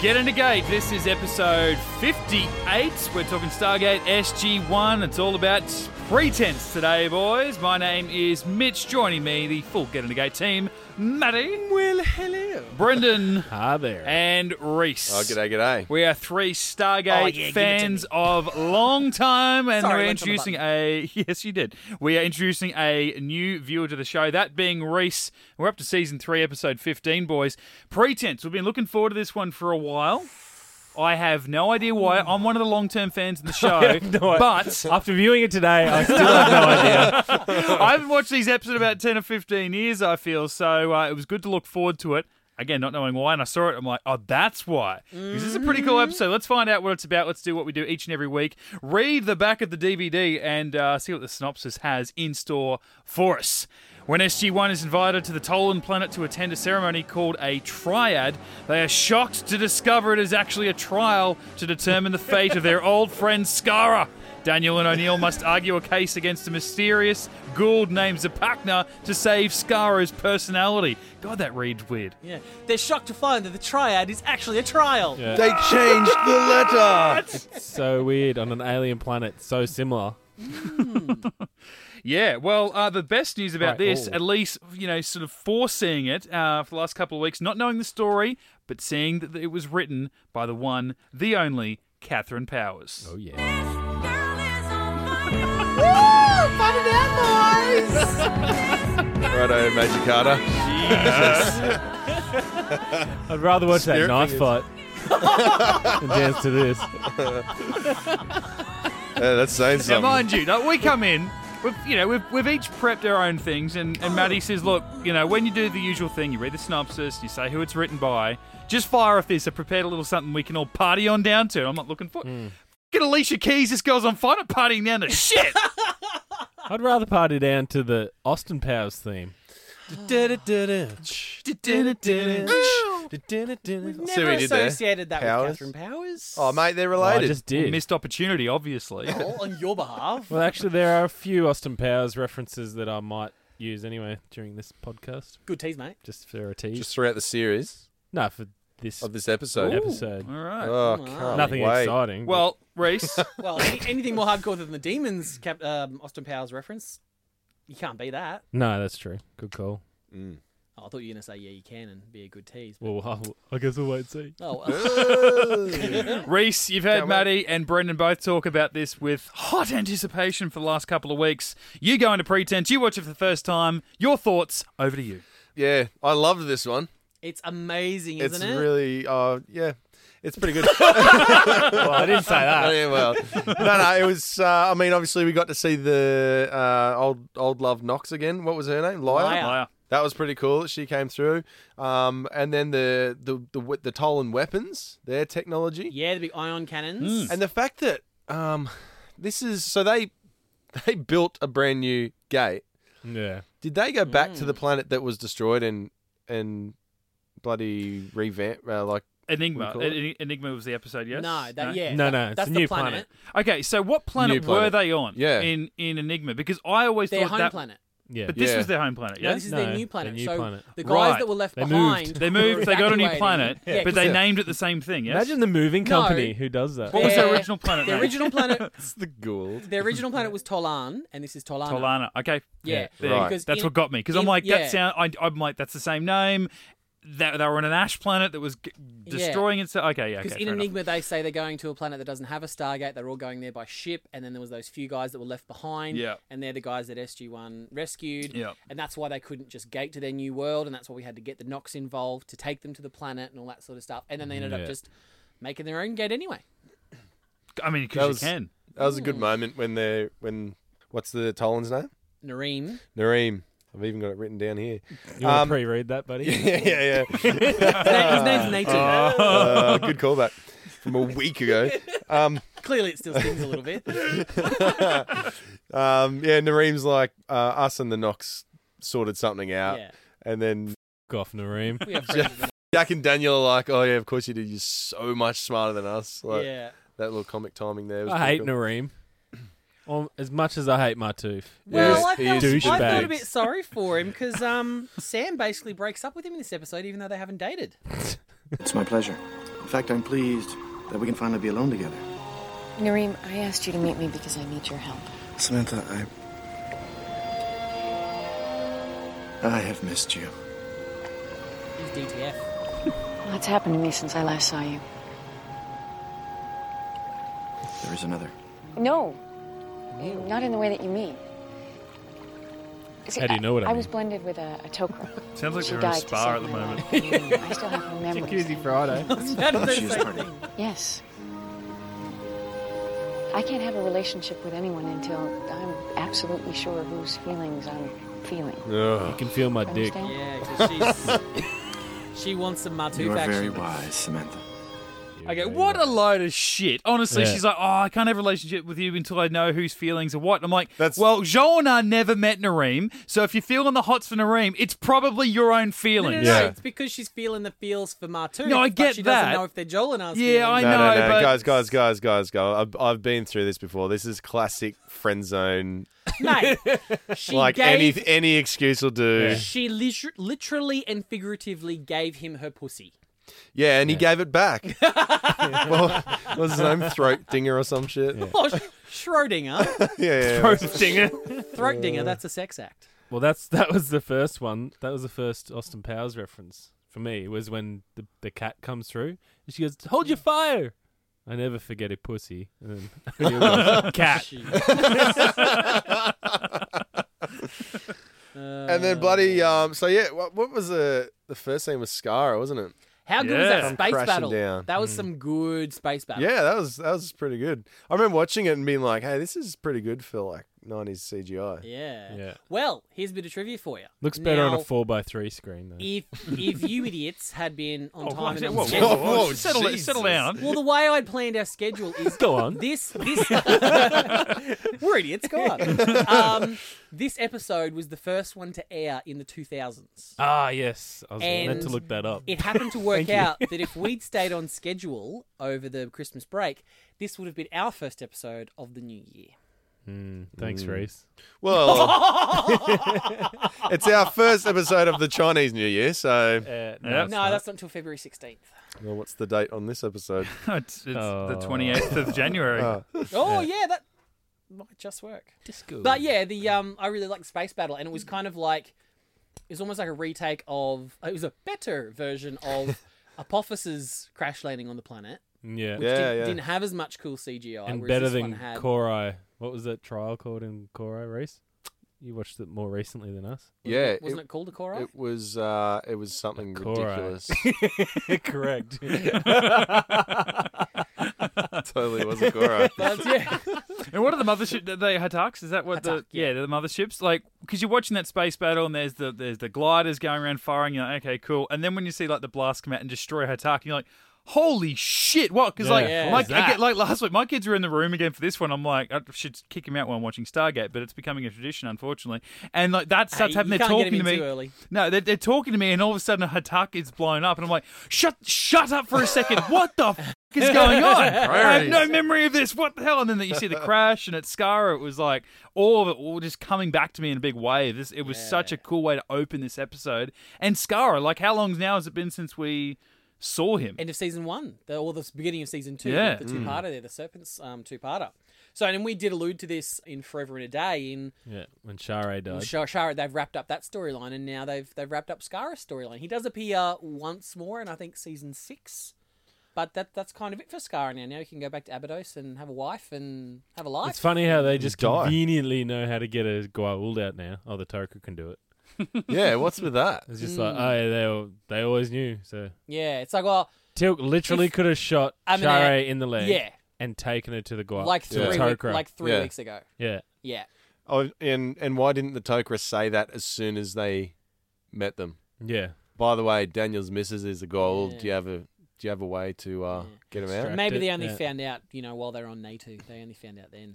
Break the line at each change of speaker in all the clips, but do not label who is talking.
Get in the gate. This is episode 58. We're talking Stargate SG1. It's all about pretense today, boys. My name is Mitch. Joining me, the full Get in the Gate team, Matty. Well, hello. Brendan.
Hi there.
And Reese.
Oh, g'day, g'day.
We are three Stargate
Oh, yeah, give it to
fans
me.
of long time, and
Sorry,
we're
lunch on the
introducing a yes, you did. We are introducing a new viewer to the show, that being Reese. We're up to season three, episode fifteen, boys. Pretense. We've been looking forward to this one for a while. I have no idea why. I'm one of the long-term fans of the show, but
After viewing it today, I still have no idea.
I haven't watched these episodes about 10 or 15 years, I feel. So uh, it was good to look forward to it. Again, not knowing why. And I saw it. I'm like, oh, that's why. Because this is a pretty cool episode. Let's find out what it's about. Let's do what we do each and every week. Read the back of the DVD and uh, see what the synopsis has in store for us. When SG1 is invited to the Tolan planet to attend a ceremony called a triad, they are shocked to discover it is actually a trial to determine the fate of their old friend Skara. Daniel and O'Neill must argue a case against a mysterious Gould named Zapakna to save Skara's personality. God, that reads weird.
Yeah. They're shocked to find that the triad is actually a trial.
Yeah.
They changed the letter.
so weird on an alien planet, so similar.
Yeah, well, uh, the best news about
Right,
this,
oh.
at least, you know, sort of foreseeing it uh, for the last couple of weeks, not knowing the story, but seeing that it was written by the one, the only, Catherine Powers.
Oh yeah.
Righto, Magic Carter.
I'd rather watch
Spirit
that knife fight and dance to this.
Yeah, Uh, that's saying
Now,
something.
mind you, like, we come in, we've, you know, we've, we've each prepped our own things, and, and Maddie says, look, you know, when you do the usual thing, you read the synopsis, you say who it's written by, just fire off this. I prepared a little something we can all party on down to. I'm not looking for. Get Alicia Keys, this girl's on fire, not partying down to shit.
I'd rather party down to the Austin Powers theme.
Never
See what he did there?
associated that
Powers?
with Catherine Powers.
oh, mate, they're
Well, I
related.
just did.
Missed opportunity, obviously.
All on your behalf.
well, actually, there are a few Austin Powers references that I might use anyway during this podcast,
Good tease, mate.
just for a tease.
Just throughout the series
no, for this
of this episode.
episode.
All right.
Oh,
Wow.
can't
Nothing
wait.
exciting. but-
well, Reese,
Well, any, anything more hardcore than the demons, Cap, um, Austin Powers reference. You can't be that.
no, that's true. Good call.
Oh, I thought you were going to say, yeah, you can and be a good tease. but-
Well, I'll, I guess we'll wait and see.
Oh, well.
Reese, you've heard
wait.
Maddie and Brendan both talk about this with hot anticipation for the last couple of weeks. You go into pretense, you watch it for the first time. Your thoughts, over to you.
Yeah, I loved this one.
it's amazing, isn't
it's
it?
really, uh, yeah, it's pretty good.
well, I didn't say that.
Oh, yeah, well, no, no, it was. Uh, I mean, obviously, we got to see the uh, old old love Knox again. What was her name? Liar.
Liar. Yeah.
Liar.
That was pretty cool. that She came through, um, and then the the the, the, the Tolan weapons, their technology.
Yeah, the big ion cannons.
And the fact that um, this is so they they built a brand new gate.
Yeah.
Did they go back to the planet that was destroyed and and bloody revamp uh, like
Enigma.
What do you call
En- Enigma was the episode, yes?
No, that, yeah.
No,
that-
no, it's
That's
a
the
new
planet.
planet.
Okay, so what planet,
New planet.
were they on
Yeah.
in, in Enigma? Because I always
Their
thought
home
that.
planet.
Yeah.
But this
Yeah.
was their home planet,
No,
yeah?
this is their
No,
new planet.
their new
so
planet.
the guys
Right.
that were left
They
behind,
moved.
They moved, they got a new
evacuated.
planet,
Yeah,
but
'cause
they
Yeah.
named it the same thing, yes?
Imagine the moving
No.
company who does that.
what was their
Yeah.
original planet
The
name?
original planet.
it's the Gould.
The original planet was Tolan, and this is Tolana.
Tolana. Okay.
Yeah,
There-
Right.
because
That's
in-
what got me because
in-
I'm like
yeah.
that sound. I, I'm like that's the same name. That they were on an ash planet that was g- destroying itself. Okay, yeah. Okay,
Because
fair
in
enough.
Enigma, they say they're going to a planet that doesn't have a Stargate. They're all going there by ship, and then there was those few guys that were left behind.
Yeah.
and they're the guys that SG One rescued.
Yeah.
and that's why they couldn't just gate to their new world, and that's why we had to get the Nox involved to take them to the planet and all that sort of stuff. And then they ended
Yeah.
up just making their own gate anyway.
I mean, because
That
you
was-
can.
That was a good moment when they when what's the Tolan's name?
Nareem,
Nareem. I've even got it written down here.
You want
Um,
to pre-read that, buddy?
yeah, yeah, yeah.
his, name, his name's Nathan.
Uh-huh.
Uh, good callback from a week ago. Um,
Clearly, it still stings a little bit.
um, yeah, Nareem's like uh, us and the Knox sorted something out,
Yeah,
and then
Fuck off, Nareem.
we have friends. with
Jack and Daniel are like, "Oh yeah, of course you did. You're so much smarter than us."
them.
Like
yeah.
that little comic timing there. Was
I hate
pretty cool.
Nareem. Um, as much as I hate my tooth.
Well,
Yes,
I,
he
felt,
is
I felt
douchebag.
a bit sorry for him because um, Sam basically breaks up with him in this episode, even though they haven't dated.
It's my pleasure. In fact, I'm pleased that we can finally be alone together.
Nareem, I asked you to meet me because I need your help.
Samantha, I. I have missed you.
He's DTF.
What's happened to me since I last saw you?
There is another.
No, not in the way that you mean. See,
How do you know what I
I was
mean?
blended with a, a tokra.
Sounds like
She
they're in a
died to
spa
save
at the
my
moment.
life. I still have memories.
Friday.
She is part of you.
eh? Yes. I can't have a relationship with anyone until I'm absolutely sure whose feelings I'm feeling.
You can feel my dick.
Understand?
Yeah, 'cause she's she wants some Matu
You are
faction.
very wise, Samantha.
Okay, what a load of shit. Honestly,
Yeah.
she's like, oh, I can't have a relationship with you until I know whose feelings are what. And I'm like,
That's-
well, Jean and I never met Nareem, so if you're feeling the hots for Nareem, it's probably your own
No, no,
feelings.
no,
Yeah.
it's because she's feeling the feels for Matu.
No, I
but
get
she
that.
doesn't know if they're Jolinar's
Yeah, I
feelings.
know,
No, no, no,
but
guys, guys, guys, guys, guys. I've, I've been through this before. This is classic friend zone.
Mate, she
Like
gave
any any excuse will do. Yeah,
She liter- literally and figuratively gave him her pussy.
and he gave it back. well, what was his name throat dinger or some shit? Yeah,
Oh, Sch- Schrodinger.
yeah. yeah.
Oh, Dinger.
Throat dinger, that's a sex act.
Well, that's that was the first one. That was the first Austin Powers reference for me. Was when the the cat comes through and she goes, "Hold your fire." I never forget a pussy. And then, cat.
And then bloody um. So yeah, what, what was the the first scene was Scar, wasn't it?
How good was
Yeah.
that
Come
space
crashing
battle?
down.
That
Hmm.
was some good space battle.
Yeah, that was that was pretty good. I remember watching it and being like, hey, this is pretty good for like nineties CGI.
Yeah.
Yeah.
Well, here's a bit of trivia for you.
Looks better on
Now,
a four by three screen though.
If if you idiots had been on
Oh,
time
whoa,
and
whoa,
on
whoa,
schedule,
whoa,
Whoa,
Settle, it- settle
Jesus.
down.
well, the way I'd planned our schedule is
Go on.
This this we're idiots. Go on. Um, this episode was the first one to air in the 2000s.
Ah, yes. I was meant to
And
look that up.
It happened to work out that if we'd stayed on schedule over the Christmas break, this would have been our first episode of the new year.
Mm, Thanks, Reese.
Well, it's our first episode of the Chinese New Year, so
Uh,
Yeah.
no, that's not until February 16th.
well, what's the date on this episode?
it's it's the 28th of January.
Oh yeah, that might just work.
disco.
But yeah, the um, I really liked space battle, and it was kind of like it was almost like a retake of uh, it was a better version of Apophis's crash landing on the planet.
yeah.
Yeah.
didn't, didn't have as much cool CGI.
And
whereas
better
this one
than
had...
Korai. What was that trial called in Korai, Reese? You watched it more recently than us.
yeah, it,
Wasn't it, called a Korra?
it was uh, it was something
Korra.
ridiculous.
Correct.
totally wasn't Korra.
But, yeah.
And what are the mothership that they Hataks? Is that what the
Hatak, yeah.
yeah, they're the motherships? Like because you're watching that space battle and there's the there's the gliders going around firing. You're like, okay, cool. And then when you see like the blast come out and destroy Hatak, you're like, holy shit, what? Because
Yeah.
like
Yeah.
my,
What
I
is that?
get, like last week, my kids were in the room again for this one. I'm like, I should kick him out while I'm watching Stargate, but it's becoming a tradition, unfortunately. And like that starts
you
happening. They're
can't get
talking
him
to
in
me.
too early.
No, they're, they're talking to me, and all of a sudden a Hatak is blown up, and I'm like, shut shut up for a second. What the. F- is going on? I have
Priorities.
no memory of this. What the hell? And then you see the crash, and at Scar, it was like all of it all just coming back to me in a big way. This it was such a cool way to open this episode. And Scar, like how long now has it been since we saw him?
End of season one, the, or the beginning of season two,
Yeah.
the two-parter
Mm.
there, the Serpent's um, two-parter. So, and we did allude to this in Forever and a Day in
yeah, when Share died.
Shara. Shara they've wrapped up that storyline, and now they've they've wrapped up Scar's storyline. He does appear once more in I think season six, but that that's kind of it for Scar now. Now he can go back to Abydos and have a wife and have a life.
It's funny how they just
Die.
conveniently know how to get a Guauld out now. Oh, the Toku can do it.
yeah, what's with that?
It's just
Mm.
like, oh, yeah, they al- they always knew. So
Yeah, it's like well,
Tilk literally could have shot
I mean,
Share
uh,
in the leg,
yeah.
and taken her to the Guauld,
like
to the
three week,
Tok'ra.
like three
Yeah.
weeks ago.
yeah,
Yeah,
Oh, and and why didn't the Tok'ra say that as soon as they met them?
yeah.
By the way, Daniel's missus is a goal. Do you have a do you have a way to uh, get him out?
Extract
maybe
it,
they only
yeah.
found out you know while they were on NATO. They only found out then.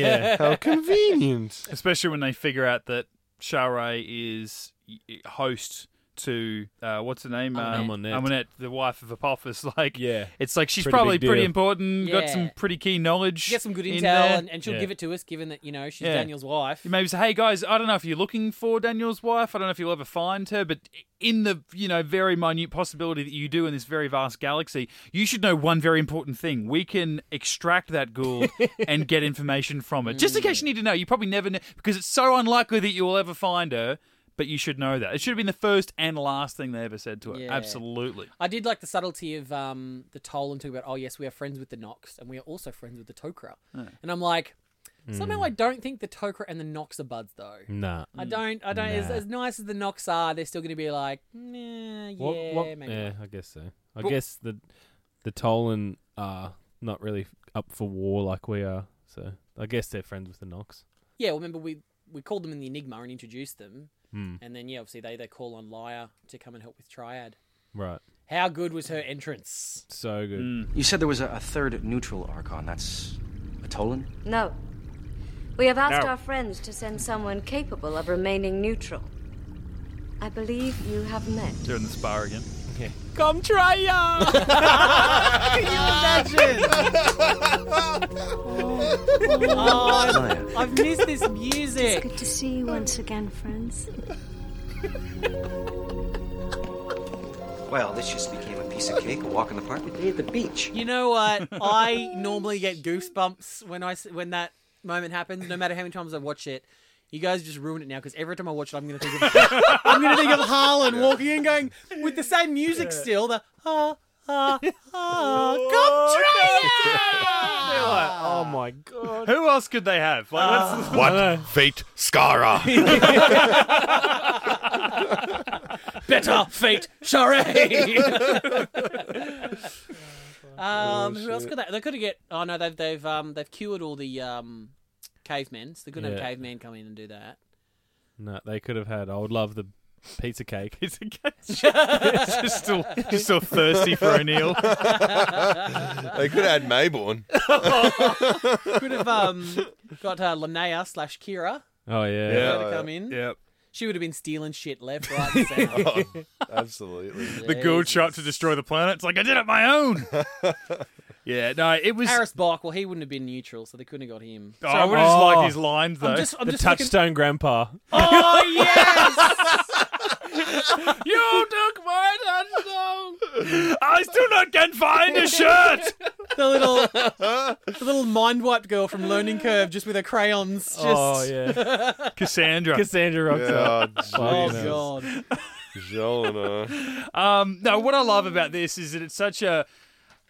yeah.
How convenient.
Especially when they figure out that Shara is y- host to uh, what's her name? Um,
Amunet.
Amunet, the wife of Apophis. Like,
Yeah.
it's like she's
Pretty
probably
big
pretty
deal.
important. Got some
Yeah.
pretty key knowledge.
Get some good
in
intel,
there.
and, and she'll
Yeah.
give it to us, given that you know she's
Yeah.
Daniel's wife.
You maybe say, "Hey guys, I don't know if you're looking for Daniel's wife. I don't know if you'll ever find her, but in the you know very minute possibility that you do in this very vast galaxy, you should know one very important thing. We can extract that ghoul and get information from it, just in case you need to know. You probably never know because it's so unlikely that you will ever find her." But you should know that. It should have been the first and last thing they ever said to her.
Yeah.
Absolutely.
I did like the subtlety of um, the toll and talk about, oh, yes, we are friends with the Nox and we are also friends with the Tokra. And I'm like,
Hmm.
somehow I don't think the Tokra and the Nox are buds, though.
Nah.
I don't, I don't, as,
Nah.
as nice as the Nox are, they're still going to be like, nah, yeah,
What- what-
maybe.
yeah, I guess so. I guess the the Tolan are not really up for war like we are, so I guess they're friends with the Nox.
Yeah, well, remember we we called them in the Enigma and introduced them,
Hmm.
and then yeah, obviously they they call on Liar to come and help with Triad.
Right.
How good was her entrance?
So good.
Hmm.
You said there was a, a third neutral Archon. That's a Tolan?
No. We have asked
No.
our friends to send someone capable of remaining neutral. I believe you have met.
They're in the spa again.
Come try ya! Can you imagine?
Oh,
Maya,
Oh, I've missed this music.
Good to see you once again, friends.
Well, this just became a piece of cake, a walk in the park, a day at the beach.
You know what? I normally get goosebumps when I s- when that moment happens. No matter how many times I watch it, you guys just ruin it now because every time I watch it, I'm gonna think of I'm gonna think of Harlan walking in, going with the same music still. The ah ah ah. Come try ya!
Oh my god.
Who else could they have? Like, let's-
What? Fate Scara.
Better fate, charade.
Oh,
um, who else could they? They could have get. Oh no, they've they've um they've cured all the um cavemen. So they could have
Yeah.
cavemen come in and do that.
No, they could have had. I would love the pizza cake.
It's okay. just still, just still thirsty for O'Neill.
they could add Mayborn.
Could have um got uh, Linnea slash Kira
Oh yeah.
Yeah.
to come in.
Yep.
She would have been stealing shit left, right, and center.
Absolutely.
the gold shot to destroy the planet. It's like I did it my own. yeah, no, it was.
Harris Bark. Well, he wouldn't have been neutral, so they couldn't have got him.
Oh, I would have just
Oh.
liked his lines though.
I'm just, I'm
The
just
touchstone grandpa.
Looking... Oh yes!
you took my touchstone. I still not can find a shirt.
the little, the little mind wiped girl from Learning Curve, just with her crayons. Just...
Oh yeah.
Cassandra.
Cassandra rocks up.
Oh,
Oh
Fucking hell.
god!
Jonah.
Um, no, what I love about this is that it's such a.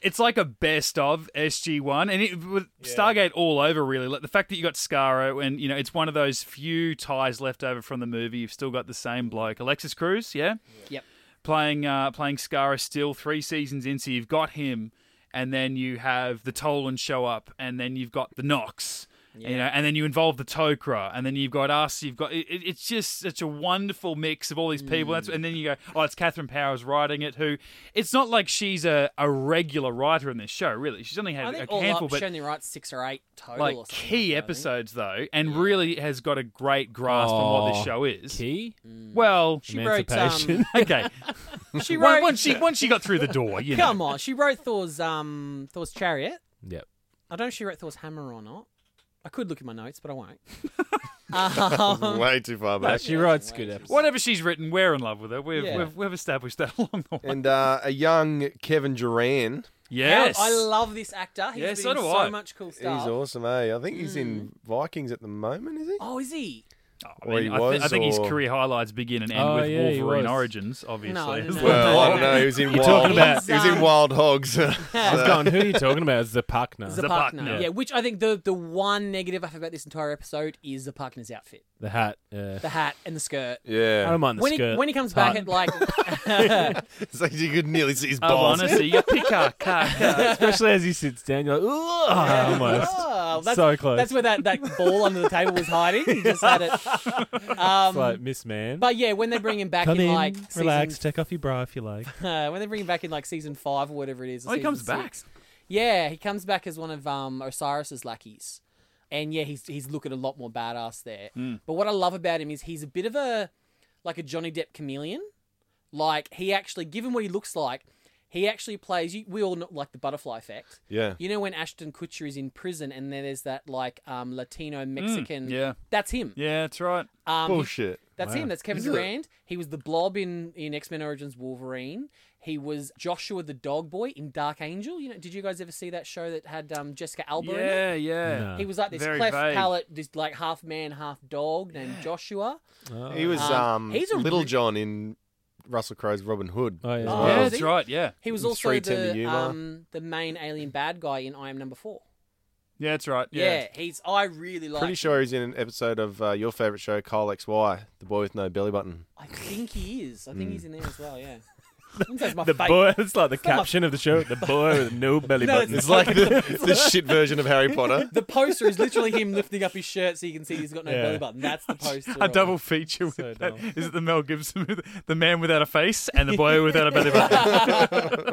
It's like a best of SG One, and it with Stargate all over really. Like the fact that you got Scaro, and you know it's one of those few ties left over from the movie. You've still got the same bloke, Alexis Cruz, yeah,
Yep.
playing uh, playing Scaro still three seasons in. So you've got him, and then you have the Tolan show up, and then you've got the Nox, you know, and then you involve the Tokra, and then you've got us. You've got it, it- it's just such a wonderful mix of all these people. That's, and then you go, oh, it's Catherine Powers writing it. Who it's not like she's a, a regular writer in this show, really. She's only
I
had
think
a
all
handful,
up,
but
she only writes six or eight total. or
like
something
key
like that, I think.
episodes though, and really has got a great grasp on what this
Oh,
show is.
Key.
Well,
Mm. She wrote. Um,
Emancipation.
okay.
she
Once
wrote.
once she once she got through the door, you know.
Come on, she wrote Thor's um Thor's chariot.
Yep.
I don't know if she wrote Thor's hammer or not. I could look at my notes, but I won't. um,
Way too far
But
back.
she writes good episodes.
Whatever she's written, we're in love with her. We've
Yeah.
we've, we've established that along the way.
And uh, a young Kevin Duran.
Yes,
I love this actor. He's
Yeah,
been
so
in
do
so
I.
much cool
He's
stuff.
awesome, eh? I think he's in Vikings at the moment, is he?
Oh, is he?
I,
Or he
I, thi- I
was,
think his
or-
career highlights begin and end
Oh,
with
yeah, he
Wolverine
was.
Origins, obviously.
no,
It's like-
no.
Well, I don't know. He was in
You're
Wild.
talking about-
he was in Wild Hogs.
I was going, who are you talking about? Zapakna.
Zapakna.
Zapakna.
Yeah, which I think the the one negative I have about this entire episode is Zapakna's outfit,
the hat. Yeah.
the hat and the skirt.
I
yeah.
don't mind the
when
skirt.
he when he comes
Hot.
back at like,
It's like you could nearly see his
Oh,
balls.
honestly, you pick her, car, car.
Especially as he sits down, you're like, "Ugh," almost.
Oh, that's,
So close.
That's where that, that ball under the table was hiding. He just had it. Um,
It's like, Miss Man.
but yeah, when they bring him back
Come
in,
in,
like
relax,
season,
take off your bra if you like.
uh, when they bring him back in like season five or whatever it is. or
Oh, he
season
comes back.
six. Yeah, he comes back as one of um, Osiris's lackeys, and yeah, he's he's looking a lot more badass there. But what I love about him is he's a bit of a like a Johnny Depp chameleon. Like he actually, given what he looks like, he actually plays. You, we all know, like the butterfly effect.
Yeah.
You know when Ashton Kutcher is in prison and then there's that like um, Latino Mexican.
yeah.
That's him.
Yeah, that's right.
Um, he-
Bullshit.
that's him. That's Kevin Durant. He was the Blob in, in X Men Origins Wolverine. He was Joshua the Dog Boy in Dark Angel. You know, did you guys ever see that show that had um, Jessica Alba in it?
Yeah, yeah.
No.
He was like this
Very
cleft
vague.
palate, this like half man, half dog named Joshua.
He was
Um,
um,
he's a
Little
re-
John in Russell Crowe's Robin Hood.
Oh, yeah.
as
Oh,
Yeah,
well.
that's right. Yeah,
He was
He's
also
three Tim
the
Yuma.
um, the main alien bad guy in I Am Number Four.
yeah, that's right.
Yeah,
Yeah,
he's. I really like.
Pretty sure he's in an episode of uh, your favorite show, Kyle X Y, the boy with no belly button.
I think he is. I think he's in there as well. Yeah. That's my
The
favourite.
boy. It's like the
not my-
caption of the show. The boy with no belly
No,
button.
it's-
It's like the, the shit version of Harry Potter.
The poster is literally him lifting up his shirt so you can see he's got no
Yeah.
belly button. That's the poster.
a
of-
double feature with
So
that.
dumb.
Is it the Mel Gibson, with the man without a face, and the boy without a belly button?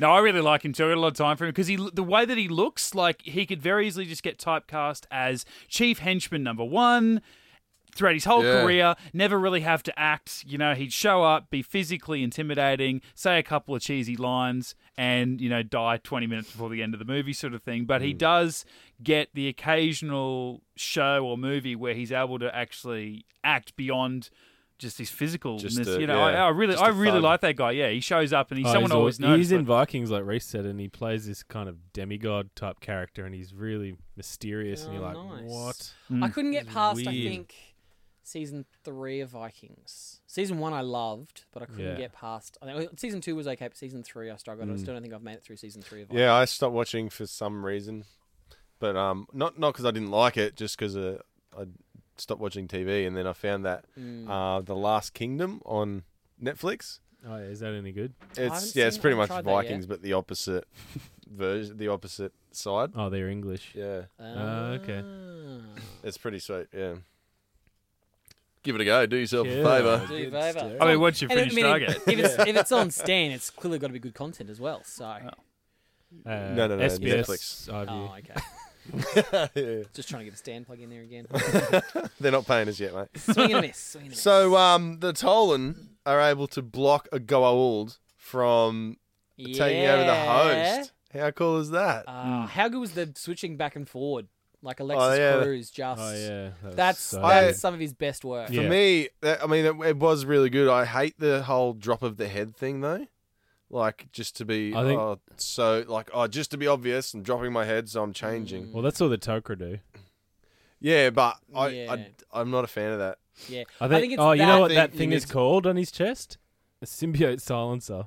no, I really like him too. I got a lot of time for him because he, the way that he looks, like he could very easily just get typecast as chief henchman number one. Throughout his whole
Yeah.
career, never really have to act. You know, he'd show up, be physically intimidating, say a couple of cheesy lines, and, you know, die 20 minutes before the end of the movie, sort of thing. But
Hmm.
he does get the occasional show or movie where he's able to actually act beyond just his physicalness.
Just a-
you know,
yeah,
I, I really,
just a
I really
thug.
like that guy. Yeah, he shows up and he's
Oh,
someone
he's
I
al-
always knows.
He's in Vikings, like Reese said, and he plays this kind of demigod type character, and he's really mysterious. and you're like,
Oh, nice.
what?
I couldn't get past. I
Mm. Weird.
think season three of Vikings. Season one I loved, but I couldn't
Yeah. Mm.
get past. I think season two was okay, but season three I struggled. I still don't think I've made it through season three of Vikings.
Yeah, I stopped watching for some reason, but um, not not because I didn't like it, just because uh, I stopped watching TV, and then I found that
Mm.
uh, the Last Kingdom on Netflix.
Oh, yeah, is that any good?
It's
haven't
yeah, it's
seen-
pretty
I
much
haven't tried that yet.
Vikings, but the opposite version, the opposite side.
Oh, they're English.
Yeah,
Ah, okay.
it's pretty sweet. Yeah, give it a go. Do yourself
Yeah.
a favor.
Do you
Good
favour.
stuff.
I mean, once you
And I
finish
mean,
Stargate.
if, it's, if it's on Stan, it's clearly got to be good content as well. So,
Oh, Uh,
No, no, no,
SBS,
Netflix.
IVU.
oh, okay.
Yeah.
Just trying to get a Stan plug in there again.
They're not paying us yet, mate.
swing and a miss. Swing and a miss.
So um, the Tolan are able to block a Goa'uld from taking over the
Yeah.
host. How cool is that?
Hmm.
Uh, How good was the switching back and forward? Like Alexis
Oh, yeah.
Cruz, just
Oh, yeah. that was
that's
so
I-
that's some of his best work.
Yeah.
For me, that, I mean, it, it was really good. I hate the whole drop of the head thing, though. Like, just to be
I think-
oh, so, like, oh, just to be obvious, I'm dropping my head, so I'm changing.
Mm.
Well, that's all the Tokra do.
Yeah, but I,
Yeah.
I, I'm not a fan of that.
Yeah,
I think,
it's
oh, you know what
that-
that
thing you
thing
need
is
to-
called on his chest? A symbiote silencer,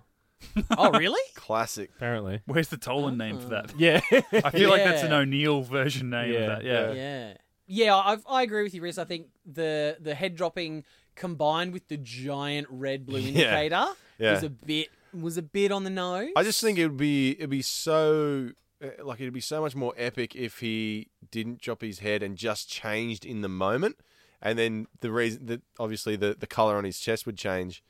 Oh, really?
Classic.
apparently.
Where's the Tolan name for that?
Yeah.
I feel like that's an
Yeah.
O'Neill version name
Yeah.
of that. Yeah.
yeah, yeah. I I agree with you, Riz. I think the the head dropping combined with the giant red blue indicator
Yeah.
was a bit was a bit on the nose.
I just think it would be, it'd be so, uh, like, it'd be so much more epic if he didn't drop his head and just changed in the moment. And then the reason that obviously the, the color on his chest would change.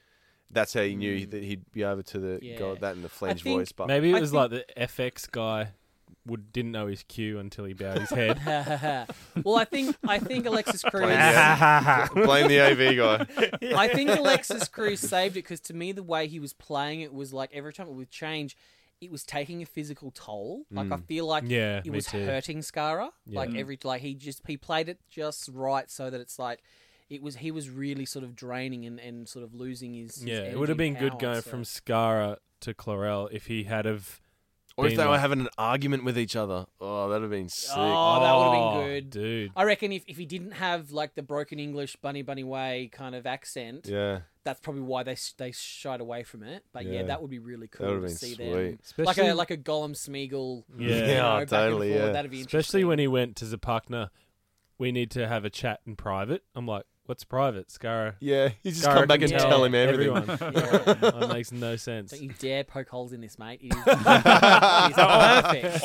That's how you knew that he'd be over to the
Mm. Yeah.
god that and the flange
think
voice. But
Maybe
Oh, I
it was
think-
like the FX guy would didn't know his cue until he bowed his head.
well, I think I think Alexis Cruz.
Blame the AV guy.
I think Alexis Cruz saved it because to me the way he was playing it was like every time it would change, it was taking a physical toll. Like
Mm.
I feel like
Yeah,
it
me
was
too.
hurting Skara.
Yeah. Mm.
Like every like he just he played it just right so that it's like it was he was really sort of draining and, and sort of losing his, his
yeah,
energy
it would have been
and
good
power,
going
so-
from Scara to Chlorel if he had of
Or if
Being
they were
like-
having an argument with each other. Oh, that'd have been sick.
Oh, that would have
Oh,
been good.
dude.
I reckon if, if he didn't have like the broken English bunny bunny way kind of accent,
Yeah.
that's probably why they sh- they shied away from it. But yeah,
Yeah.
that would be really cool
would've
to
been
see them.
sweet.
Like
Especially-
a like a Gollum Smeagol.
Yeah.
you know,
Yeah,
back and
totally,
forth,
yeah.
That'd be
Especially
interesting.
when he went to Zapakna, we need to have a chat in private. I'm like, what's private, Scara?
Yeah. You just
Scara
come back
can
and tell him everything.
everyone. that makes no sense.
Don't you dare poke holes in this, mate. It is, it is perfect.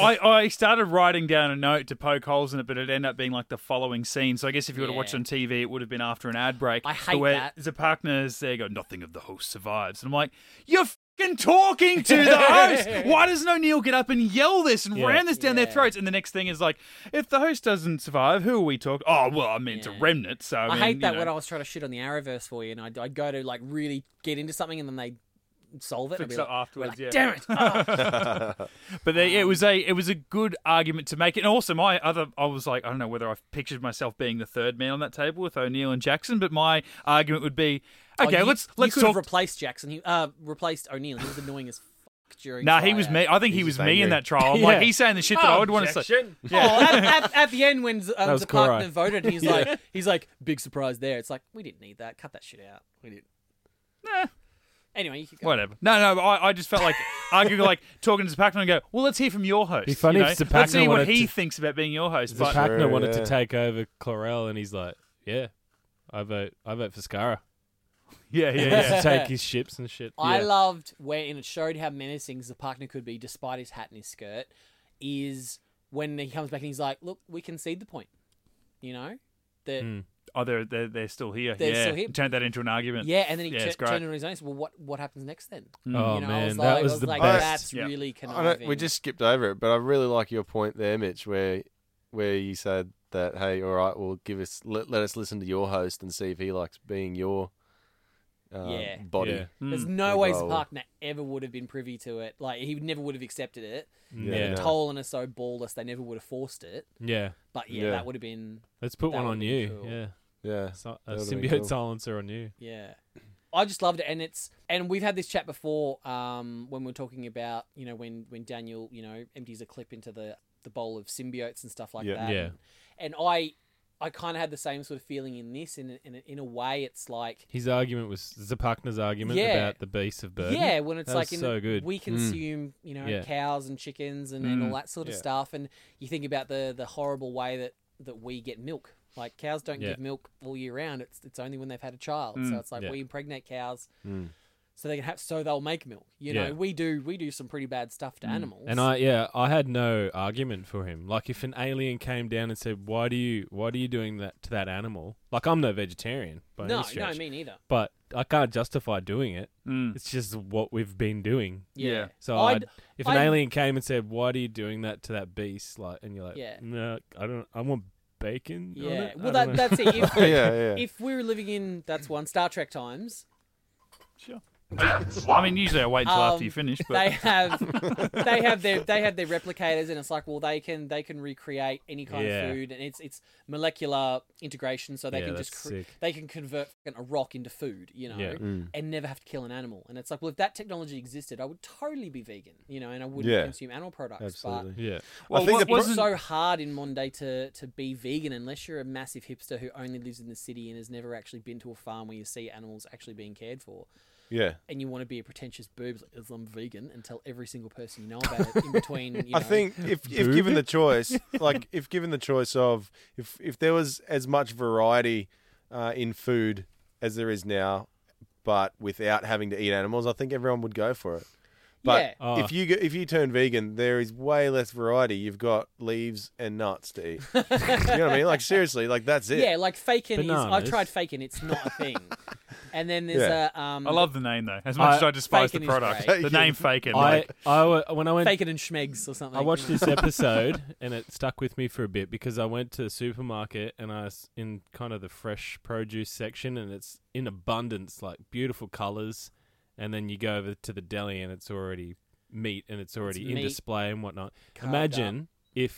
I, I started writing down a note to poke holes in it, but it ended up being like the following scene. So I guess if you would have watched
Yeah.
on TV, it would have been after an ad break.
I hate
where
that.
Zapakna's there go, nothing of the host survives. And I'm like, you're fucking talking to the host. Why doesn't O'Neill get up and yell this and
Yeah.
ram this down their throats? And the next thing is like, if the host doesn't survive, who are we talking? Oh, well, I mean, it's a
Yeah.
remnant, so I,
I,
mean,
hate
you
that
know.
when I was trying to shit on the Arrowverse for you, and I'd, I'd go to like really get into something, and then they solve it. and I'd
Fix
be
it
like, we're
afterwards,
like,
yeah.
Damn it! Ah.
But they,
Um,
it was a it was a good argument to make, and also my other I was like I don't know whether I've pictured myself being the third man on that table with O'Neill and Jackson, but my argument would be okay,
Oh, you-
let's
you
let's
could have
talk.
replaced Jackson. He uh, replaced O'Neill. He was annoying as fuck during.
nah, he was
Fire.
me. I think he
He's
was
just
me in
angry.
that trial. I'm like
Yeah.
he's saying the shit that I would want to say.
Objection.
Oh, at, at, at the end when um,
was
the partner
Korai.
voted, he's like, he's like, big surprise there. It's like we didn't need that. Cut that shit out. We didn't.
Nah.
Anyway, you could go.
Whatever. No, no. but I, I just felt like arguing, like talking to Zapakna and go, well, let's hear from your host.
Be funny
you know?
if Zapakna
let's see what
wanted
he
to-
thinks about being your host. But
Zapakna
True,
wanted
yeah.
to take over Chlorel, and he's like, "Yeah, I vote. I vote for Scara.
yeah, yeah,
He
yeah.
used to take his ships and shit.
I
yeah.
loved when it showed how menacing Zapakna could be despite his hat and his skirt. Is when he comes back and he's like, "Look, we concede the point." You know, that
Hmm. Mm.
oh, they're, they're they're still here.
They're
yeah,
still here.
turned that into an argument.
yeah, and then he
Yeah,
tur-
it's great.
turned it on his own. and said, Well, what what happens next then?
Oh
you know, I
man,
was
that
like, I
was,
was
the
like,
best.
That's
Yeah.
really
I don't,
conniving.
we just skipped over it, but I really like your point there, Mitch, where where you said that, hey, all right, well, give us let, let us listen to your host and see if he likes being your uh,
Yeah.
body.
Yeah.
There's
Mm.
no way
Hmm. Well- uh,
Zapakna ever would have been privy to it. Like he never would have accepted it.
yeah,
Yeah.
yeah.
Tolan is so ballless they never would have forced it. But yeah,
Yeah.
that would have been
Let's put
That would've
one on
been
you.
cool.
Yeah,
Yeah.
so, uh, a
That would've been
symbiote
cool.
silencer on you.
yeah. I just loved it, and it's and we've had this chat before um, when we were talking about you know when when Daniel you know empties a clip into the the bowl of symbiotes and stuff like
Yeah.
that.
Yeah.
And, I I kind of had the same sort of feeling in this. In a- in a, in a way, it's like
His argument was Zapakna's argument
Yeah.
about the beast of burden.
Yeah, when it's
That
like
was
in the-
so good. Hmm.
we consume, you know,
Yeah. Hmm.
cows and chickens and, and all
Mm.
that sort of
Yeah.
stuff, and you think about the the horrible way that that we get milk. Like cows don't
Yeah. Hmm.
give milk all year round. It's it's only when they've had a child. So it's like
Yeah. Hmm.
we impregnate cows, so they can have so they'll make milk. You
Yeah. Hmm.
know, we do we do some pretty bad stuff to animals.
And I yeah, I had no argument for him. Like if an alien came down and said, "Why do you why are you doing that to that animal?" Like I'm no vegetarian by
no
any stretch.
no me neither.
but I can't justify doing it.
Mm.
It's just what we've been doing.
Yeah.
Yeah.
So
I'd-
I'd, if an
I'd-
alien came and said, "Why are you doing that to that beast?" Like, and you're like,
Yeah.
"No, I don't. I want bacon." on
Yeah.
it." I
Well,
don't
that,
know."
that's it. If,
Yeah, yeah.
if we were living in that's one Star Trek times,
I mean, usually I wait until after
Um,
you finish, but
they have they have their they have their replicators and it's like well they can they can recreate any kind
Yeah.
of food and it's it's molecular integration so they
Yeah,
can just
that's
cre-
sick.
they can convert fucking a rock into food you know
Yeah.
Mm.
and never have to kill an animal and it's like well if that technology existed I would totally be vegan you know and I wouldn't
Yeah.
consume animal products
Absolutely.
yeah.
well,
I
what
think the pro-
but it's
wasn't
so hard in one day to to be vegan unless you're a massive hipster who only lives in the city and has never actually been to a farm where you see animals actually being cared for
Yeah.
and you want to be a pretentious boobs like, as I'm vegan and tell every single person you know about it in between. You know,
I think if, if given the choice, like if given the choice of if if there was as much variety uh, in food as there is now, but without having to eat animals, I think everyone would go for it. But
Yeah.
Ah.
if you go, if you turn vegan, there is way less variety. You've got leaves and nuts to eat. you know what I mean? Like seriously, like that's it.
yeah, like faking is. I've
Bananas.
tried faking; it's not a thing. and then there's
Yeah.
a um,
I love the name though. As much
I-
as I despise the
Faken is
product,
great.
the name Faken.
I,
like,
I wa- when I went
faking and schmegs or something.
I watched
you know.
this episode and it stuck with me for a bit because I went to the supermarket and I was in kind of the fresh produce section and it's in abundance, like beautiful colors. And then you go over to the deli and it's already meat and it's already in
meat
display and whatnot.
carved
Imagine if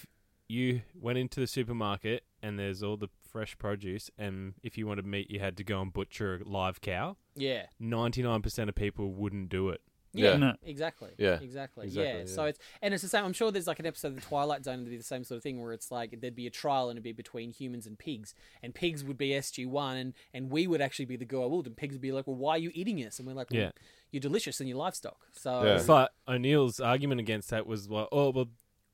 you went into the supermarket and there's all the fresh produce, and if you wanted meat, you had to go and butcher a live cow.
Yeah,
99% of people wouldn't do it.
yeah,
No.
exactly.
Yeah.
exactly.
Exactly,
yeah.
yeah.
so it's and it's the same. I'm sure there's like an episode of the Twilight Zone that'd be the same sort of thing where it's like there'd be a trial and it'd be between humans and pigs, and pigs would be SG one, and and we would actually be the Goa Wild, and pigs would be like, well, why are you eating us? And we're like, well,
Yeah.
you're delicious and you're livestock. So
Yeah.
It's like O'Neill's argument against that was like, oh well,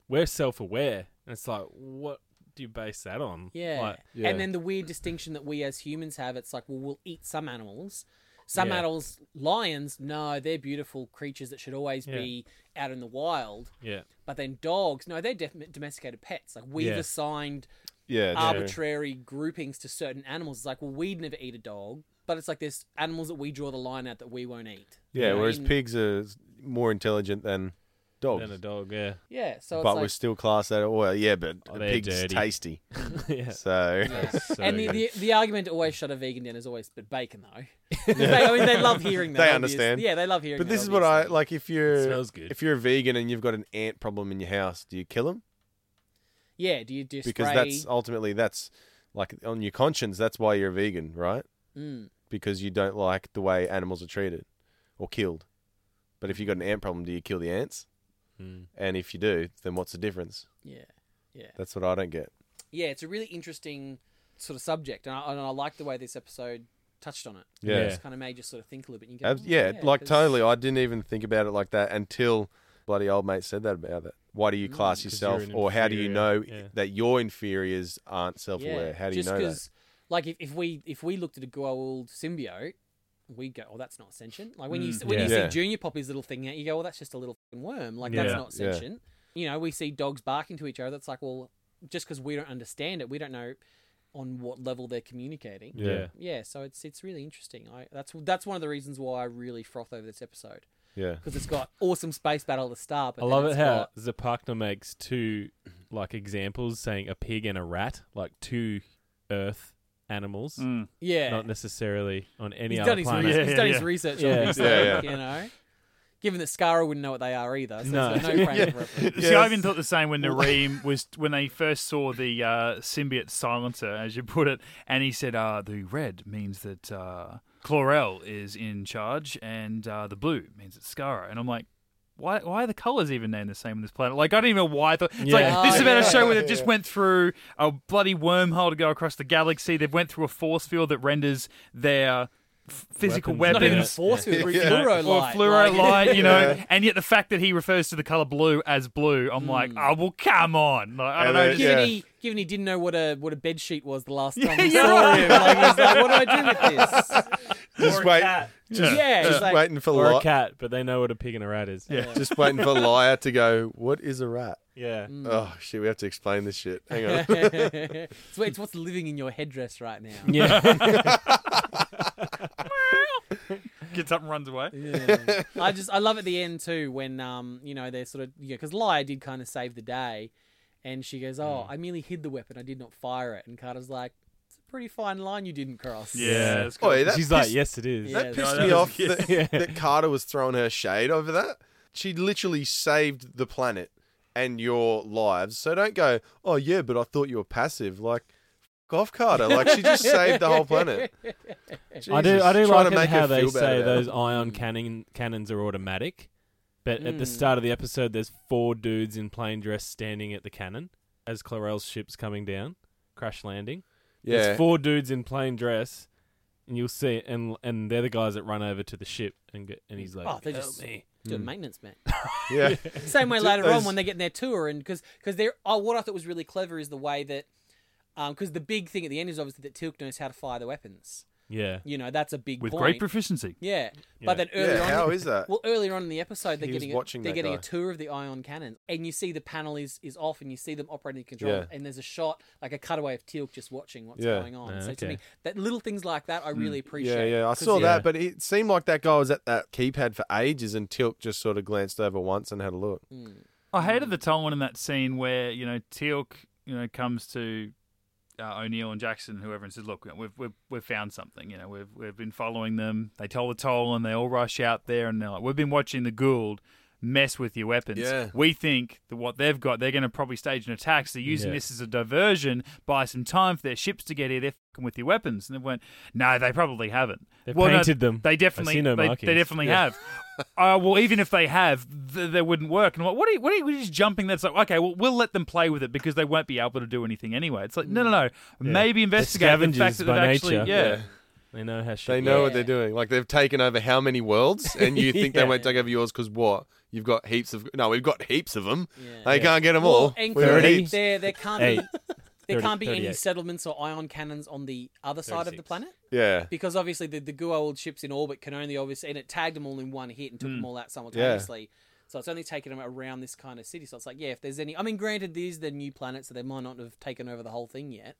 we're self-aware, and it's like, what do you base that on?
Yeah.
Like,
Yeah.
And then the weird distinction that we as humans have, it's like, well, we'll eat some animals. Some
Yeah.
animals, lions, no, they're beautiful creatures that should always
Yeah.
be out in the wild.
yeah,
But then dogs, no, they're def- domesticated pets. Like we've
Yeah.
assigned
yeah,
arbitrary groupings to certain animals. It's like, well, we'd never eat a dog. but it's like there's animals that we draw the line at that we won't eat.
Yeah,
You know,
whereas
in-
pigs are s- more intelligent than dogs.
Than a dog, yeah.
Yeah, so
but we're
it's
still classed that well, yeah, but
Oh,
the
they're
pig's
dirty.
tasty.
yeah.
So
So
like, and the,
good.
the the argument to always shut a vegan down is always, but bacon though. They- I mean, they love hearing that.
They
obvious-
understand.
Yeah, they love hearing.
But
that,
this is what I
obviously.
like if you're
smells good.
if you're a vegan and you've got an ant problem in your house, do you kill them?
Yeah, do you do
Because
spray?
that's ultimately that's like on your conscience, that's why you're a vegan, right?
Mm.
Because you don't like the way animals are treated or killed. But if you've got an ant problem, do you kill the ants?
Hmm.
Mm.
And if you do, then what's the difference?
Yeah, yeah.
That's what I don't get.
yeah, it's a really interesting sort of subject, and I, and I like the way this episode touched on it.
Yeah.
it just kind of made you sort of think a little bit. And you go,
Ab-
"Oh,
yeah, like
'cause-
totally. I didn't even think about it like that until bloody old mate said that about it. Why do you class
Mm, 'Cause
yourself,
you're an
or how do you know
inferior, yeah.
that your inferiors aren't self-aware? how do you
just
know that?
'cause, Like if, if we if we looked at a good old symbiote, we go, "Oh, that's not sentient." Like
Mm,
when you s- when you
Yeah. Yeah.
see Junior Poppy's little thing out, you go, "Well, that's just a little fucking worm." Like
Yeah.
that's not
Yeah.
sentient. You know, we see dogs barking to each other. That's like, well, just because we don't understand it, we don't know on what level they're communicating.
Yeah.
Yeah.
Yeah, so it's it's really interesting. I that's that's one of the reasons why I really froth over this episode
Yeah,
because it's got awesome space battle at the start. But
I
then
love it
it's
how
got-
Zapakna makes two like examples saying a pig and a rat, like two earth animals,
Mm.
yeah,
not necessarily on any
he's
other
done his
planet.
research.
Yeah,
he's
yeah,
done
yeah.
his research.
Yeah.
on these,
Yeah,
like, you know. Given that Skara wouldn't know what they are either, so no,
No.
no frame of reference.
See, I even thought the same when Nareem was when they first saw the uh, symbiote silencer, as you put it, and he said, uh, "The red means that uh, Chlorel is in charge, and uh, the blue means it's Scara." And I'm like. Why, why are the colors even named the same on this planet? Like, I don't even know why. I thought, it's
Yeah.
like, this is
Oh,
about a
yeah.
show where they just went through a bloody wormhole to go across the galaxy. They've went through a force field that renders their f- physical weapons,
Weapons.
Not even a force field, with
Yeah.
fluoro
or
light.
fluoro
like-
light, you know. And yet the fact that he refers to the color blue as blue,
Hmm.
I'm like, oh well, come on. Like, I don't
And
know.
then-
just-
Given,
Yeah.
he, given he didn't know what a what a bed sheet was the last time we
you're
saw
right.
him, like, he's like, "What do I do with this?"
just wait, just,
Yeah,
just
it's like-
waiting for
Or
li-
a cat, but they know what a pig and a rat is.
Yeah.
just waiting for liar to go. What is a rat?
Yeah.
Mm.
Oh shit, we have to explain this shit. Hang on.
it's, what- it's what's living in your headdress right now.
Yeah.
Gets up and runs away.
Yeah. I just I love at the end too when um you know they're sort of you know because Laia did kind of save the day, and she goes oh
Mm.
I merely hid the weapon I did not fire it and Carter's like it's a pretty fine line you didn't cross
Yeah, it's
Oi, that
She's
pissed,
like, yes, it is.
Yeah.
that pissed
that
me
was-
off
yeah.
that, that Carter was throwing her shade over that. She literally saved the planet and your lives. So don't go, oh yeah, but I thought you were passive. Like, f- off Carter. Like she just saved the whole planet.
I do.
Jesus.
I do
Trying
like
to
it
make
how
her
they
feel bad about
say
it.
those ion cannon cannons are automatic, but at the
Mm.
start of the episode, there's four dudes in plain dress standing at the cannon as Clarel's ship's coming down, crash landing.
Yeah.
There's four dudes in plain dress, and you'll see, and and they're the guys that run over to the ship and get, and he's like,
Oh, they're
"Help
just-
me."
doing maintenance man
yeah.
Same way
Just
later on
Hmm. those-
when they get in their tour, and because because they're oh, what I thought was really clever is the way that because the big thing at the end is obviously that Tilk knows how to fire the weapons.
Yeah,
You know that's a big
With
point.
great proficiency.
yeah. but then earlier
yeah.
on,
How is that?
well, earlier on in the episode, they're
He was
getting
watching
a, they're
that
getting a
guy.
tour of the ion cannon, and you see the panel is is off, and you see them operating the controls,
Yeah.
and there's a shot like a cutaway of Teal'c just watching what's
Yeah. Hmm.
going on.
Ah,
so to
okay.
me, that little things like that, I really
Yeah,
appreciate.
yeah. I
'Cause
saw
it-
yeah.
that, but it seemed like that guy was at that keypad for ages and Tilk just sort of glanced over once and had a look.
I
Mm.
hated the tone in that scene where you know Teal'c, you know, comes to uh, O'Neill and Jackson, and whoever, and says, "Look, we've we've, we've found something. You know, we've we've been following them. They toll the toll, and they all rush out there, and they're like, we've been watching the Gould." Mess with your weapons.
Yeah.
We think that what they've got, they're going to probably stage an attack. So they're using
Yeah.
this as a diversion, buy some time for their ships to get here. They're fucking with your weapons, and they went, "No, they probably haven't.
They've
no,
painted them.
They
I've
definitely,
seen no
they, they
markings.
definitely
Yeah.
have. Uh, well, even if they have, th- they wouldn't work. And I'm like, what are you, what are you, what are you just jumping? That's like, okay, well, we'll let them play with it because they won't be able to do anything anyway. It's like, no, no, no. Maybe investigate the
scavengers
fact that they've
by
actually,
nature.
yeah.
they know how. Shit
They know
works.
what they're doing. Like they've taken over how many worlds, and you think they
Yeah.
won't take over yours because what? You've got heaps of no, we've got heaps of them.
Yeah.
They can't get them all.
Well, and
We've got
Thirty.
heaps.
there there can't
Eight.
be there
Thirty-
can't be any
38.
settlements or ion cannons on the other side of the
36.
planet.
Yeah,
because obviously the, the Guo old ships in orbit can only obviously and it tagged them all in one hit and took
Hmm.
them all out simultaneously. So it's only taken them around this kind of city.
Hmm.
So it's like, yeah, if there's any, I mean, granted, these are the new planets, so they might not have taken over the whole thing yet.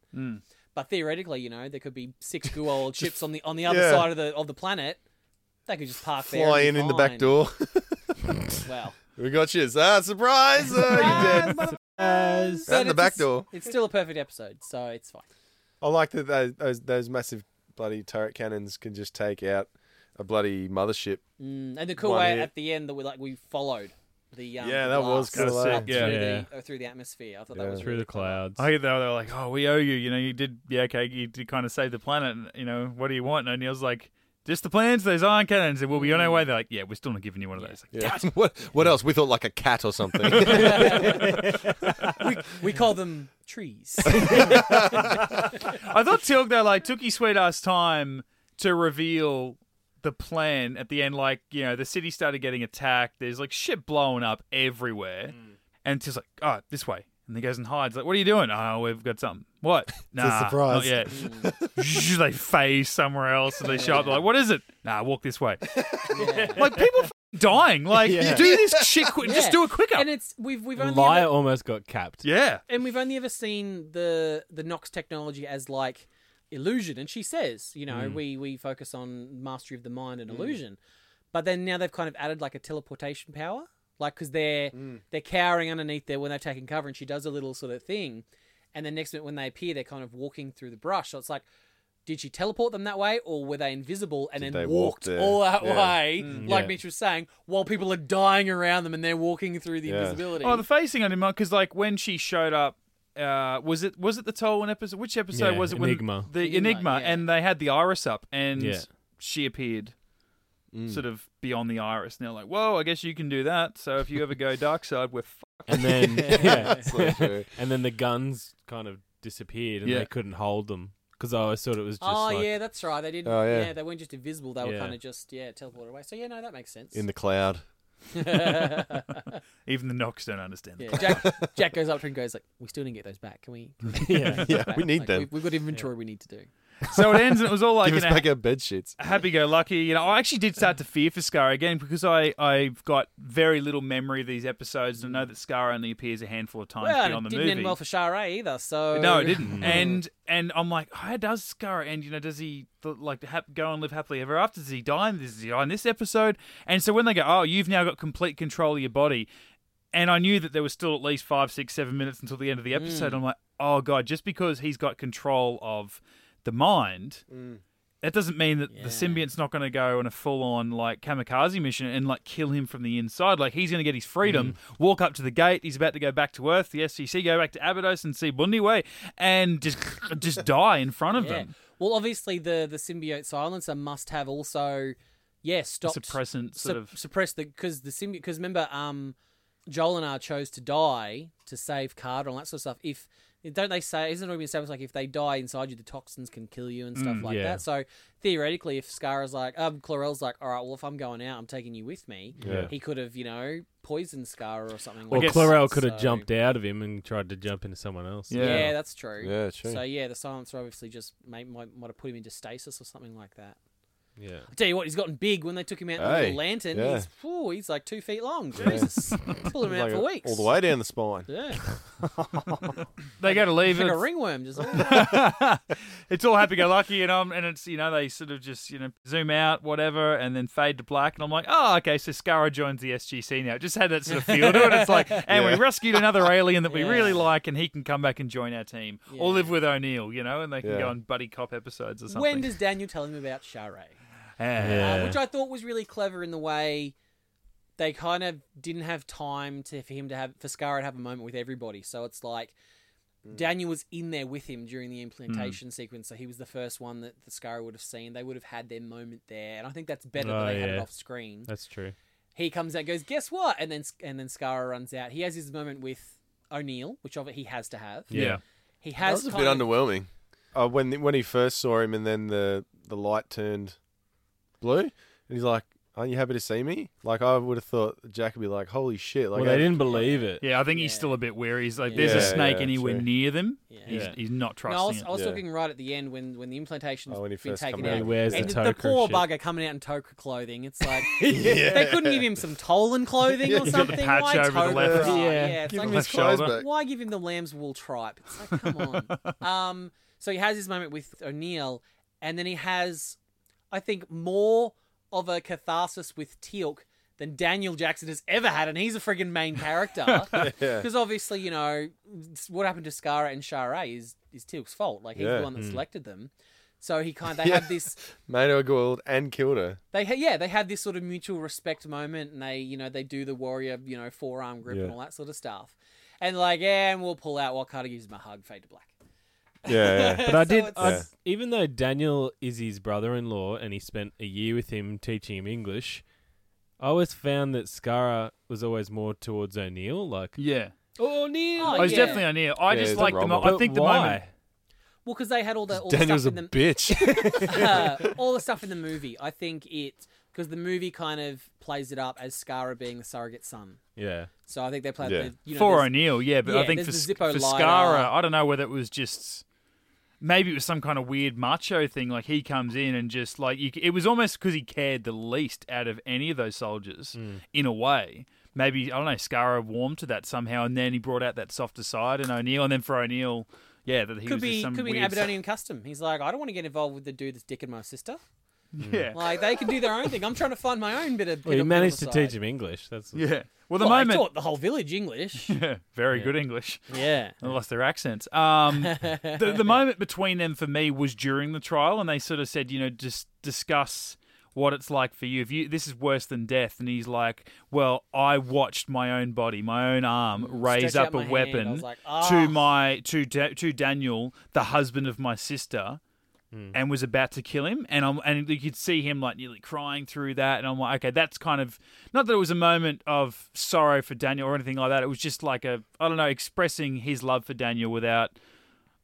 But theoretically, you know, there could be six Guol ships on the on the other
Yeah.
side of the of the planet. They could just park there. and
Fly
be
in in the back
fine.
door.
Well,
we got you. Ah, surprise! Ah, you dead. Out
but
in the
it's
back
just-
door.
It's still a perfect episode, so it's fine.
I like that those, those those massive bloody turret cannons can just take out a bloody mothership.
Mm, and the cool
One
way
hit.
at the end that we like we followed the um,
Yeah, that was
blast
kinda
up
sick,
through,
yeah.
the, uh, through the atmosphere. I thought that was
through
really
the clouds.
I get that they're like, "Oh, we owe you. You know, you did. Yeah, okay, you did kind of save the planet. And, you know, what do you want?" And Neil's like, "Just the plans. Those iron cannons, and we'll be on our way." They're like, "Yeah, we're still not giving you one of those." Like,
Yeah. what what else? We thought like a cat or something.
we, we call them trees.
I thought Tilg though, like, took his sweet ass time to reveal the plan at the end. Like, you know, the city started getting attacked. There's like shit blowing up everywhere, and Tilg's like, "Oh, this way." And he goes and hides. Like, what are you doing? Oh, we've got something. What? Nah,
surprise.
Not yet. they phase somewhere else and they show up. They're like, what is it? Nah, walk this way. Like people f- dying. Like
Yeah.
do this shit quick.
Yeah.
Just do it quicker.
And it's we've we've only
Liar
ever,
almost got capped.
yeah.
and we've only ever seen the the Nox technology as like illusion. And she says, you
Mm.
know, we we focus on mastery of the mind and illusion, but then now they've kind of added like a teleportation power, like because they're
Mm.
they're cowering underneath there when they're taking cover, and she does a little sort of thing, and then next minute when they appear, they're kind of walking through the brush. So it's like. Did she teleport them that way, or were they invisible and
they
then
walk
walked
there?
all that
Yeah.
way, like
Yeah.
Mitch was saying, while people are dying around them and they're walking through the
Yeah.
invisibility?
Oh, the facing on him because like when she showed up, uh, was it was it the Tolan episode? Which episode
Yeah,
was it?
Enigma.
When the
Enigma,
Enigma,
yeah.
and they had the iris up, and
Yeah.
she appeared.
Mm.
Sort of beyond the iris, and they're like, "Whoa, I guess you can do that." So if you ever go dark side, we're f-
And then yeah.
so true.
and then the guns kind of disappeared and
Yeah.
they couldn't hold them because I always thought it was just
oh
like,
yeah, that's right. They didn't.
Oh,
yeah.
yeah.
they weren't just invisible. They were
Yeah.
kind of just yeah teleported away. So yeah, no, that makes sense.
in the cloud.
even the Nox don't understand.
yeah,
that.
Jack Jack goes up to him and goes like, "We still didn't get those back. Can we? Can we get those
Yeah,
back?
we need
Like,
them.
We've, we've got inventory we need to do."
So it ends, and it was all like
Give us
in a-
back our bed sheets.
happy-go-lucky. You know, I actually did start to fear for Scar again because I I've got very little memory of these episodes, and I know that Scar only appears a handful of times
Well,
beyond
it
the
didn't
movie.
end well for Shara either. So
No, it didn't. and and I'm like, how does Scar end? You know, does he th- like hap- go and live happily ever after? Does he die? in this- Does he die in this episode? And so when they go, oh, you've now got complete control of your body, and I knew that there was still at least five, six, seven minutes until the end of the episode. I'm like, oh god, just because he's got control of the mind. That doesn't mean that
Mm. Yeah.
the symbiont's not going to go on a full-on like kamikaze mission and like kill him from the inside. Like he's going to get his freedom,
Mm.
walk up to the gate. He's about to go back to Earth, the SCC, go back to Abydos and see Bundy Way, and just just die in front of
Yeah.
them.
Well, obviously the the symbiote silencer must have also, yeah, stopped
Suppressant
sup-
sort of.
suppressed the because the symbiote because remember um, Jolinar chose to die to save Carter and all that sort of stuff. If don't they say isn't it already been established like if they die inside you the toxins can kill you and stuff like
yeah.
that. So theoretically, if Scar's like um Chlorel's like all right, well if I'm going out, I'm taking you with me.
Yeah.
He could have you know poisoned Scar or something.
Or
like that.
Chlorel could have
So-
jumped out of him and tried to jump into someone else.
Yeah.
Yeah. that's true.
Yeah, true.
So yeah, the silencer obviously just may, might might have put him into stasis or something like that.
Yeah.
I tell you what, he's gotten big when they took him out in the
Hey,
little lantern.
yeah.
He's, whew, he's like two feet long. Jesus, pull him out
Like
for weeks.
All the way down the spine.
Yeah,
They go to leave.
like a
it's-
ringworm. Just
it's all happy go lucky, and um, and it's you know they sort of just you know zoom out, whatever, and then fade to black, and I'm like, oh, okay, so Scara joins the SGC now. It just had that sort of feel to it. It's like, and we rescued another alien that we
Yeah.
really like, and he can come back and join our team or
Yeah.
live with O'Neill, you know, and they can
Yeah.
go on buddy cop episodes or something.
when does Daniel tell him about Sharae?
yeah.
Uh, which I thought was really clever in the way they kind of didn't have time to for him to have for Scar to have a moment with everybody. So it's like
Mm.
Daniel was in there with him during the
Mm.
implementation sequence, so he was the first one that the Scar would have seen. They would have had their moment there, and I think that's better
Oh,
than they had it
yeah.
off screen.
That's true.
he comes out, and goes, "Guess what?" And then and then Skara runs out. He has his moment with O'Neill, which of it he has to have.
yeah.
He
That
has
was a
kind
bit
of-
underwhelming. Uh, when when he first saw him, and then the the light turned blue, and he's like, "Aren't you happy to see me?" Like I would have thought Jack would be like, "Holy shit!" Like
well, they
I-
didn't believe it.
Yeah, I think he's
Yeah.
still a bit wary. He's like, there's
Yeah,
a snake
yeah,
anywhere
true.
near them.
Yeah.
He's,
Yeah.
he's not
No,
trusting
I was,
it.
I was
Yeah.
talking right at the end when when the implantation's
Oh, when he
been
first
taken
come out.
out.
He wears
and
the
the
toker
poor
shit.
bugger coming out in toka clothing. It's like they couldn't give him some Tolan clothing or
He's got the
something.
patch
Why
over the
toga?
left-
Right,
Yeah.
yeah. It's
Give
like,
him his
Left shoulder.
clothes back.
why give him the lamb's wool tripe? It's like, come on. um, So he has his moment with O'Neill, and then he has, I think, more of a catharsis with Teal'c than Daniel Jackson has ever had, and he's a friggin' main character. Because obviously, you know, s- what happened to Skara and Shara is is Teal'c's fault. Like he's
Yeah.
the one that selected them. So he kind of they have this
Made her Gould and killed her.
they ha- yeah they had this sort of mutual respect moment and they you know they do the warrior you know forearm grip and
Yeah.
all that sort of stuff and like yeah and we'll pull out while Carter gives him a hug fade to black
Yeah, yeah.
But I
So
did,
it's-
I,
Yeah.
even though Daniel is his brother-in-law and he spent a year with him teaching him English, I always found that Skara was always more towards O'Neill. Like,
Yeah.
oh, O'Neill.
Oh,
I was
yeah.
definitely on here. I
Yeah,
just
it's
like
wrong
the mo-
one.
I think the
why?
moment.
well because they had all the all
Daniel's
the
a
stuff in
bitch.
the uh, all the stuff in the movie I think it because the movie kind of plays it up as Skara being the surrogate son
Yeah.
so I think they played
Yeah.
the, you know,
for
there's-
O'Neill, yeah, but
yeah,
I think for,
there's
S-
the
for
Zippo lighter.
Scara, I don't know whether it was just maybe it was some kind of weird macho thing. Like he comes in and just like you, c- it was almost because he cared the least out of any of those soldiers in a way. Maybe I don't know. Scara warmed to that somehow, and then he brought out that softer side in O'Neill, and then for O'Neill, yeah, that he
could
was just
be
some
could be
weird
an Aberdonian custom he's like I don't want to get involved with the dude that's dicking my sister
Yeah,
like they can do their own thing I'm trying to find my own bit of
Well,
bit
he
of-
managed to
bit of
teach
side.
him English. That's
yeah. Well, the
Well, I
moment,
taught the whole village English
yeah, very good English.
yeah
They lost their accents. Um, the, the moment between them for me was during the trial, and they sort of said, you know, just discuss what it's like for you. If you this is worse than death, and he's like, well, I watched my own body, my own arm raise
Mm, Stretch
up a
out my hand. I
weapon
was like, "Ah."
to my to da- to Daniel, the husband of my sister. And was about to kill him, and I'm, and you could see him like nearly crying through that, and I'm like, okay, that's kind of not that it was a moment of sorrow for Daniel or anything like that. It was just like a I don't know, expressing his love for Daniel without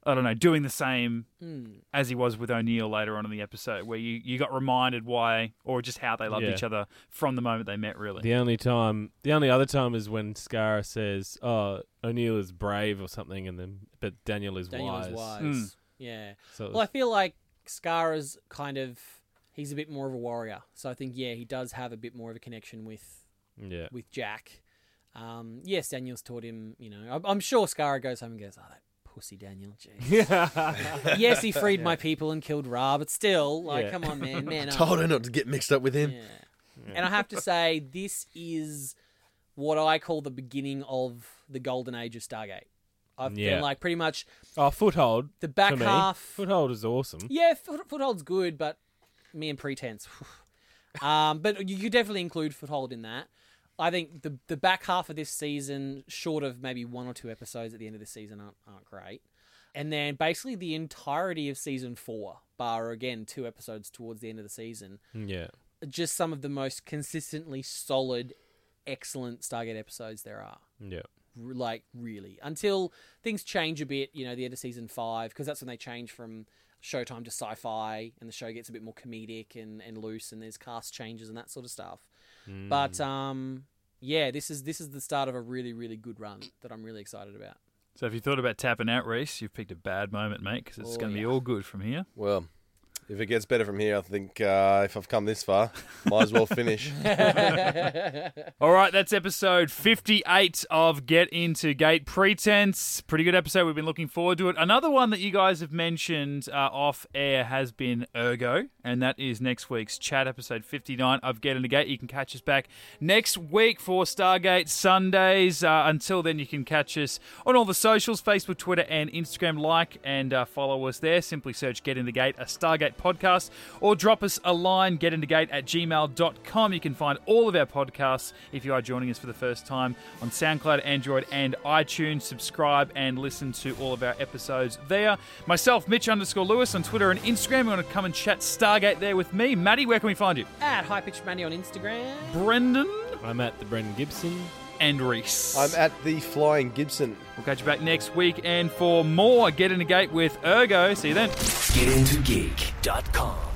I don't know, doing the same
Hmm.
as he was with O'Neill later on in the episode, where you, you got reminded why or just how they loved
Yeah.
each other from the moment they met, really.
The only time, the only other time is when Scara says, "Oh, O'Neill is brave" or something, and then but Daniel is
Daniel
wise.
is wise.
Mm.
Yeah.
So it
Well, I
was-
feel like Skara's kind of he's a bit more of a warrior, so I think yeah, he does have a bit more of a connection with
yeah,
with Jack. Um, yes, Daniel's taught him. You know, I'm, I'm sure Skara goes home and goes, "Oh, that pussy Daniel." Jeez. yes, he freed my people and killed Ra, but still, like,
Yeah.
come on, man, man. up.
Told her not to get mixed up with him.
Yeah. And I have to say, this is what I call the beginning of the golden age of Stargate. I've
Yeah.
been like pretty much
Oh, foothold.
the back
for me.
half.
Foothold is awesome.
Yeah, foot, foothold's good, but me and pretense. um, but you could definitely include foothold in that. I think the the back half of this season, short of maybe one or two episodes at the end of the season, aren't aren't great. And then basically the entirety of season four, bar again two episodes towards the end of the season,
Yeah.
just some of the most consistently solid, excellent Stargate episodes there are
Yeah.
r- like really until things change a bit you know the end of season five because that's when they change from showtime to sci-fi and the show gets a bit more comedic and, and loose and there's cast changes and that sort of stuff but um yeah this is this is the start of a really really good run that i'm really excited about
So if you thought about tapping out, Reese, you've picked a bad moment, mate, because it's
Oh,
going to
yeah.
be all good from here.
Well, if it gets better from here, I think uh, if I've come this far, might as well finish.
All right, that's episode 58 of Get Into Gate Pretense. Pretty good episode. We've been looking forward to it. Another one that you guys have mentioned uh, off air has been Ergo, and that is next week's chat episode 59 of Get Into Gate. You can catch us back next week for Stargate Sundays. Uh, until then, you can catch us on all the socials Facebook, Twitter, and Instagram. Like and uh, follow us there. Simply search Get In The Gate, a Stargate podcast, or drop us a line, getintogate at gmail.com. You can find all of our podcasts if you are joining us for the first time on SoundCloud, Android, and iTunes. Subscribe and listen to all of our episodes there. Myself, Mitch underscore Lewis on Twitter and Instagram. You want to come and chat Stargate there with me. Maddie, where can we find you?
at high pitch manny on instagram
Brendan
I'm at the Brendan Gibson.
and Reese.
I'm at the Flying Gibson.
we'll catch you back next week and for more Get In The Gate with Ergo. See you then.
GetIntoGeek.com.